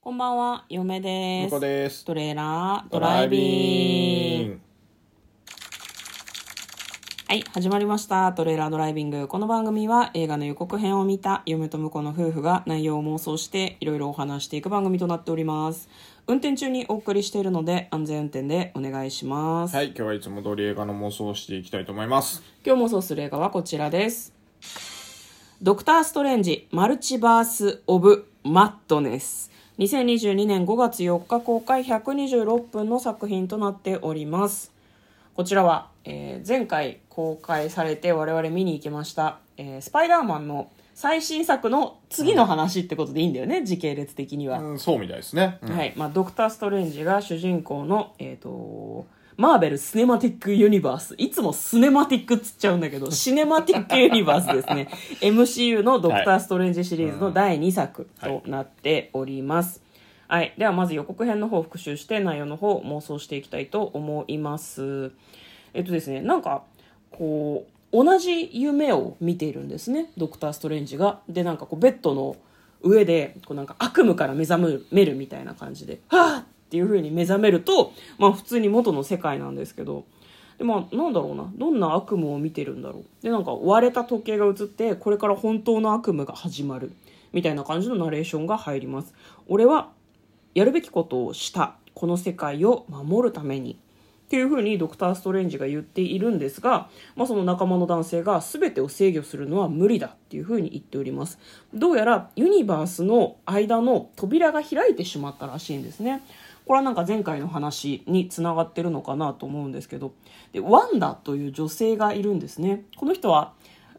こんばんは、嫁で向こす。うですトレーラードライビング。はい、始まりました。トレーラードライビング。この番組は映画の予告編を見た嫁と婿の夫婦が内容を妄想していろいろお話していく番組となっております。運転中にお送りしているので安全運転でお願いします。はい今日はいつも通り映画の妄想をしていきたいと思います今日妄想する映画はこちらです。ドクター・ストレンジ、マルチバース・オブ・マットネス。2022年5月4日公開126分の作品となっております。こちらは、えー前回公開されて我々見に行きました、えースパイダーマンの最新作の次の話ってことでいいんだよね、時系列的には。うんそうみたいですね、うんはいまあ、ドクター・ストレンジが主人公の、えー、とマーベル・スネマティック・ユニバースいつもスネマティックっつっちゃうんだけどシネマティック・ユニバースですね MCU のドクター・ストレンジシリーズの第2作となっております、はいではまず予告編の方を復習して内容の方を妄想していきたいと思いますえっとですねなんかこう同じ夢を見ているんですねドクター・ストレンジがでなんかこうベッドの上でこうなんか悪夢から目覚めるみたいな感じで「はぁ!」っていう風に目覚めるとまあ普通に元の世界なんですけどでまあなんだろうなどんな悪夢を見てるんだろうでなんか割れた時計が映ってこれから本当の悪夢が始まるみたいな感じのナレーションが入ります俺はやるべきことをしたこの世界を守るためにっていうふうにドクター・ストレンジが言っているんですが、まあ、その仲間の男性が全てを制御するのは無理だっていうふうに言っておりますどうやらユニバースの間の扉が開いてしまったらしいんですねこれはなんか前回の話につながってるのかなと思うんですけどでワンダという女性がいるんですねこの人は、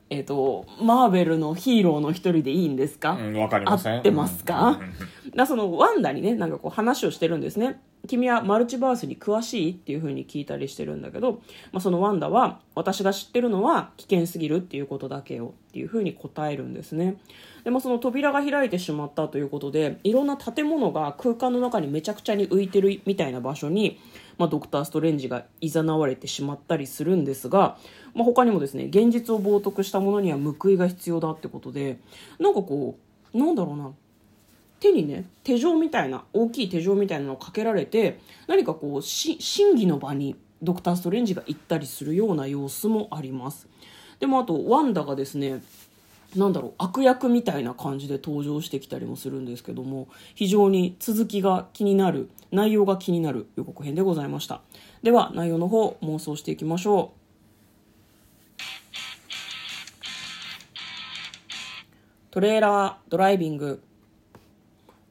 えっとマーベルのヒーローの一人でいいんですか、うんわかりません合ってますかうんなそのワンダにねなんかこう話をしてるんですね君はマルチバースに詳しいっていう風に聞いたりしてるんだけど、まあ、そのワンダは私が知ってるのは危険すぎるっていうことだけよっていう風に答えるんですねでもその扉が開いてしまったということでいろんな建物が空間の中にめちゃくちゃに浮いてるみたいな場所に、まあ、ドクター・ストレンジが誘われてしまったりするんですが、まあ、他にもですね現実を冒涜したものには報いが必要だってことでなんかこうなんだろうな手にね手錠みたいな大きい手錠みたいなのをかけられて何かこうし審議の場にドクター・ストレンジが行ったりするような様子もありますでもあとワンダがですねなんだろう悪役みたいな感じで登場してきたりもするんですけども非常に続きが気になる内容が気になる予告編でございましたでは内容の方妄想していきましょうトレーラードライビング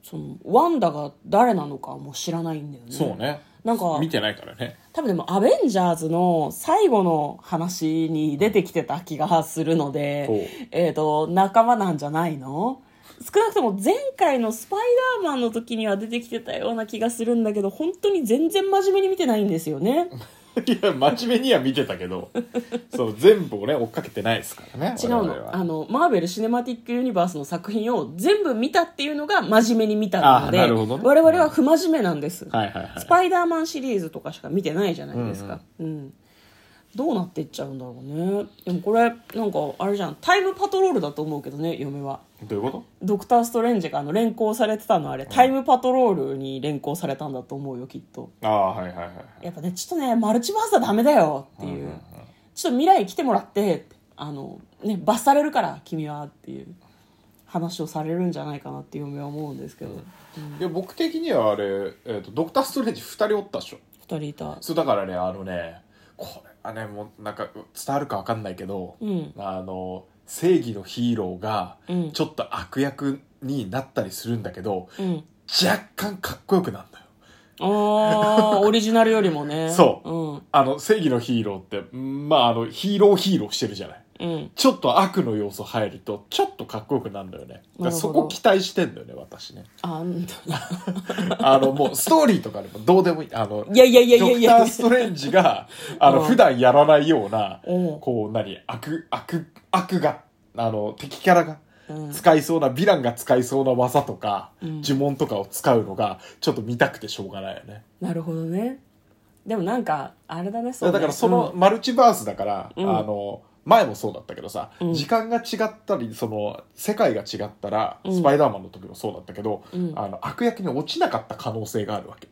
そのワンダが誰なのかも知らないんだよねそうねなんか見てないからね 多分でも「アベンジャーズ」の最後の話に出てきてた気がするのほうで、えー、と仲間なんじゃないの少なくとも前回の「スパイダーマン」の時には出てきてたような気がするんだけど本当に全然真面目に見てないんですよねいや真面目には見てたけどそう全部をね追っかけてないですからね違う我々のはあのマーベル・シネマティック・ユニバースの作品を全部見たっていうのが真面目に見たのであなるほどね我々は不真面目なんです、はいはいはいスパイダーマンシリーズとかしか見てないじゃないですか。うん、どうなってっちゃうんだろうね。でもこれ、なんかあれじゃん、タイムパトロールだと思うけどね、嫁は。どういうこドクター・ストレンジがあの連行されてたのあれ、タイムパトロールに連行されたんだと思うよ、きっと。とああはいはいはいやっぱね、ちょっとね、マルチバースはダメだよっていう。ちょっと未来来てもらって、あの、ね、罰されるから、君はっていう話をされるんじゃないかなって嫁は思うんですけど、いや僕的にはあれ、えー、とドクター・ストレンジ2人おったでしょ二人いた。そうだからねあのねこれはねもうなんか伝わるかわかんないけど、うん。あの正義のヒーローがうんちょっと悪役になったりするんだけど、うん。若干かっこよくなんだよああ、オリジナルよりもね。 そあの正義のヒーローってまああのヒーローヒーローしてるじゃないうん。うん。ちょっと悪の要素入るとちょっとかっこよくなるんだよねなるほどだからそこ期待してんだよね私ねあ んた。あのもうストーリーとかでもどうでもいいあのいやいやいやいドやいクタやー・ストレンジがあのうん普段やらないようなうんこう何悪悪悪があの敵キャラがうん使いそうな、ヴィランが使いそうな技とか、うん呪文とかを使うのがちょっと見たくてしょうがないよねなるほどね。でもなんか、あれだね、そうねだからその、マルチバースだから、うんあの前もそうだったけどさ、うん時間が違ったりその世界が違ったら、うんスパイダーマンの時もそうだったけど、うんあの悪役に落ちなかった可能性があるわけ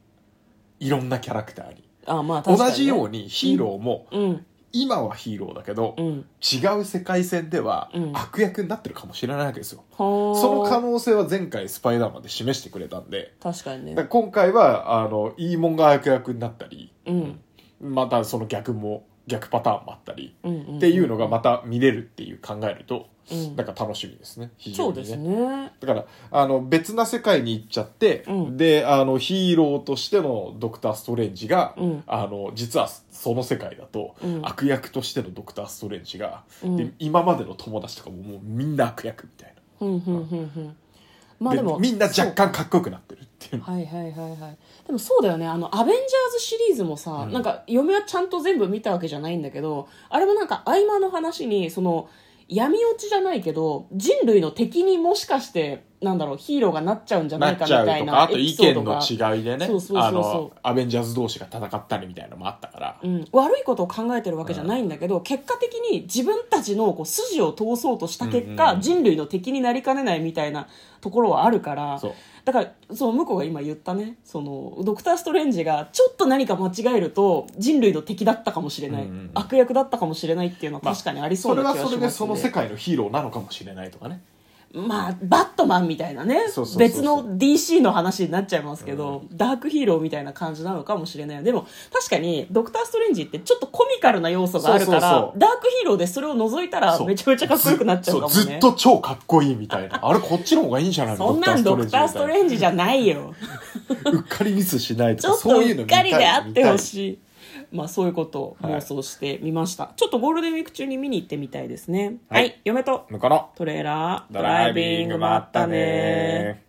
いろんなキャラクターにあまあ確同かにね、じようにヒーローも、うん今はヒーローだけど、うん違う世界線ではうん悪役になってるかもしれないわけですよ、そその可能性は前回スパイダーマンで示してくれたんで確かにだからね今回はあのいいもんが悪役になったりうんまたその逆も逆パターンもあったりうんうんっていうのがまた見れるっていう考えると、うんなんか楽しみですね非そ常うでにすねねだからあの別な世界に行っちゃって、うんであのヒーローとしてのドクター・ストレンジが、うんあの実はその世界だと、うん悪役としてのドクター・ストレンジが、うんで今までの友達とかももうみんな悪役みたいな、ふんふんふんふんまあででもみんな若干かっこよくなってるっていうはいはいはいはいでもそうだよねあの「アベンジャーズ」シリーズもさ、うんなんか嫁はちゃんと全部見たわけじゃないんだけどあれもなんか合間の話にその闇落ちじゃないけど人類の敵にもしかしてなんだろうヒーローがなっちゃうんじゃなないっかみちゃうたいとかなあとエピ意ソー見ドがの違いでねそうそうそうそうあのアベンジャーズ同士が戦ったりみたいなのもあったから、うん、悪いことを考えてるわけじゃないんだけど、結果的に自分たちのこう筋を通そうとした結うん果、うんうん人類の敵になりかねないみたいなところはあるからそうだからそう向こうが今言ったねそのドクター・ストレンジがちょっと何か間違えると人類の敵だったかもしれない、うんうんうん悪役だったかもしれないっていうのは確かにありそそうれな気はがしますそねれでその世界のヒーローなのかもしれないとかねまあ、バットマンみたいなねそうそうそうそう別の DC の話になっちゃいますけど、ダークヒーローみたいな感じなのかもしれないでも確かに「ドクター・ストレンジ」ってちょっとコミカルな要素があるからそうそうそうダークヒーローでそれを除いたらそうめちゃめちゃかっこよくなっちゃうかもねずずっと超かっこいいみたいなあれこっちの方がいいんじゃないのそんなんドクター・ストレンジじゃないよみたいなうっかりミスしないちとょかっとそうういうのっ見かたりいであってほいしいまあそういうことを妄想してみました、ちょっとゴールデンウィーク中に見に行ってみたいですねは、はいい嫁とのかなトレーラードドライビングもあったね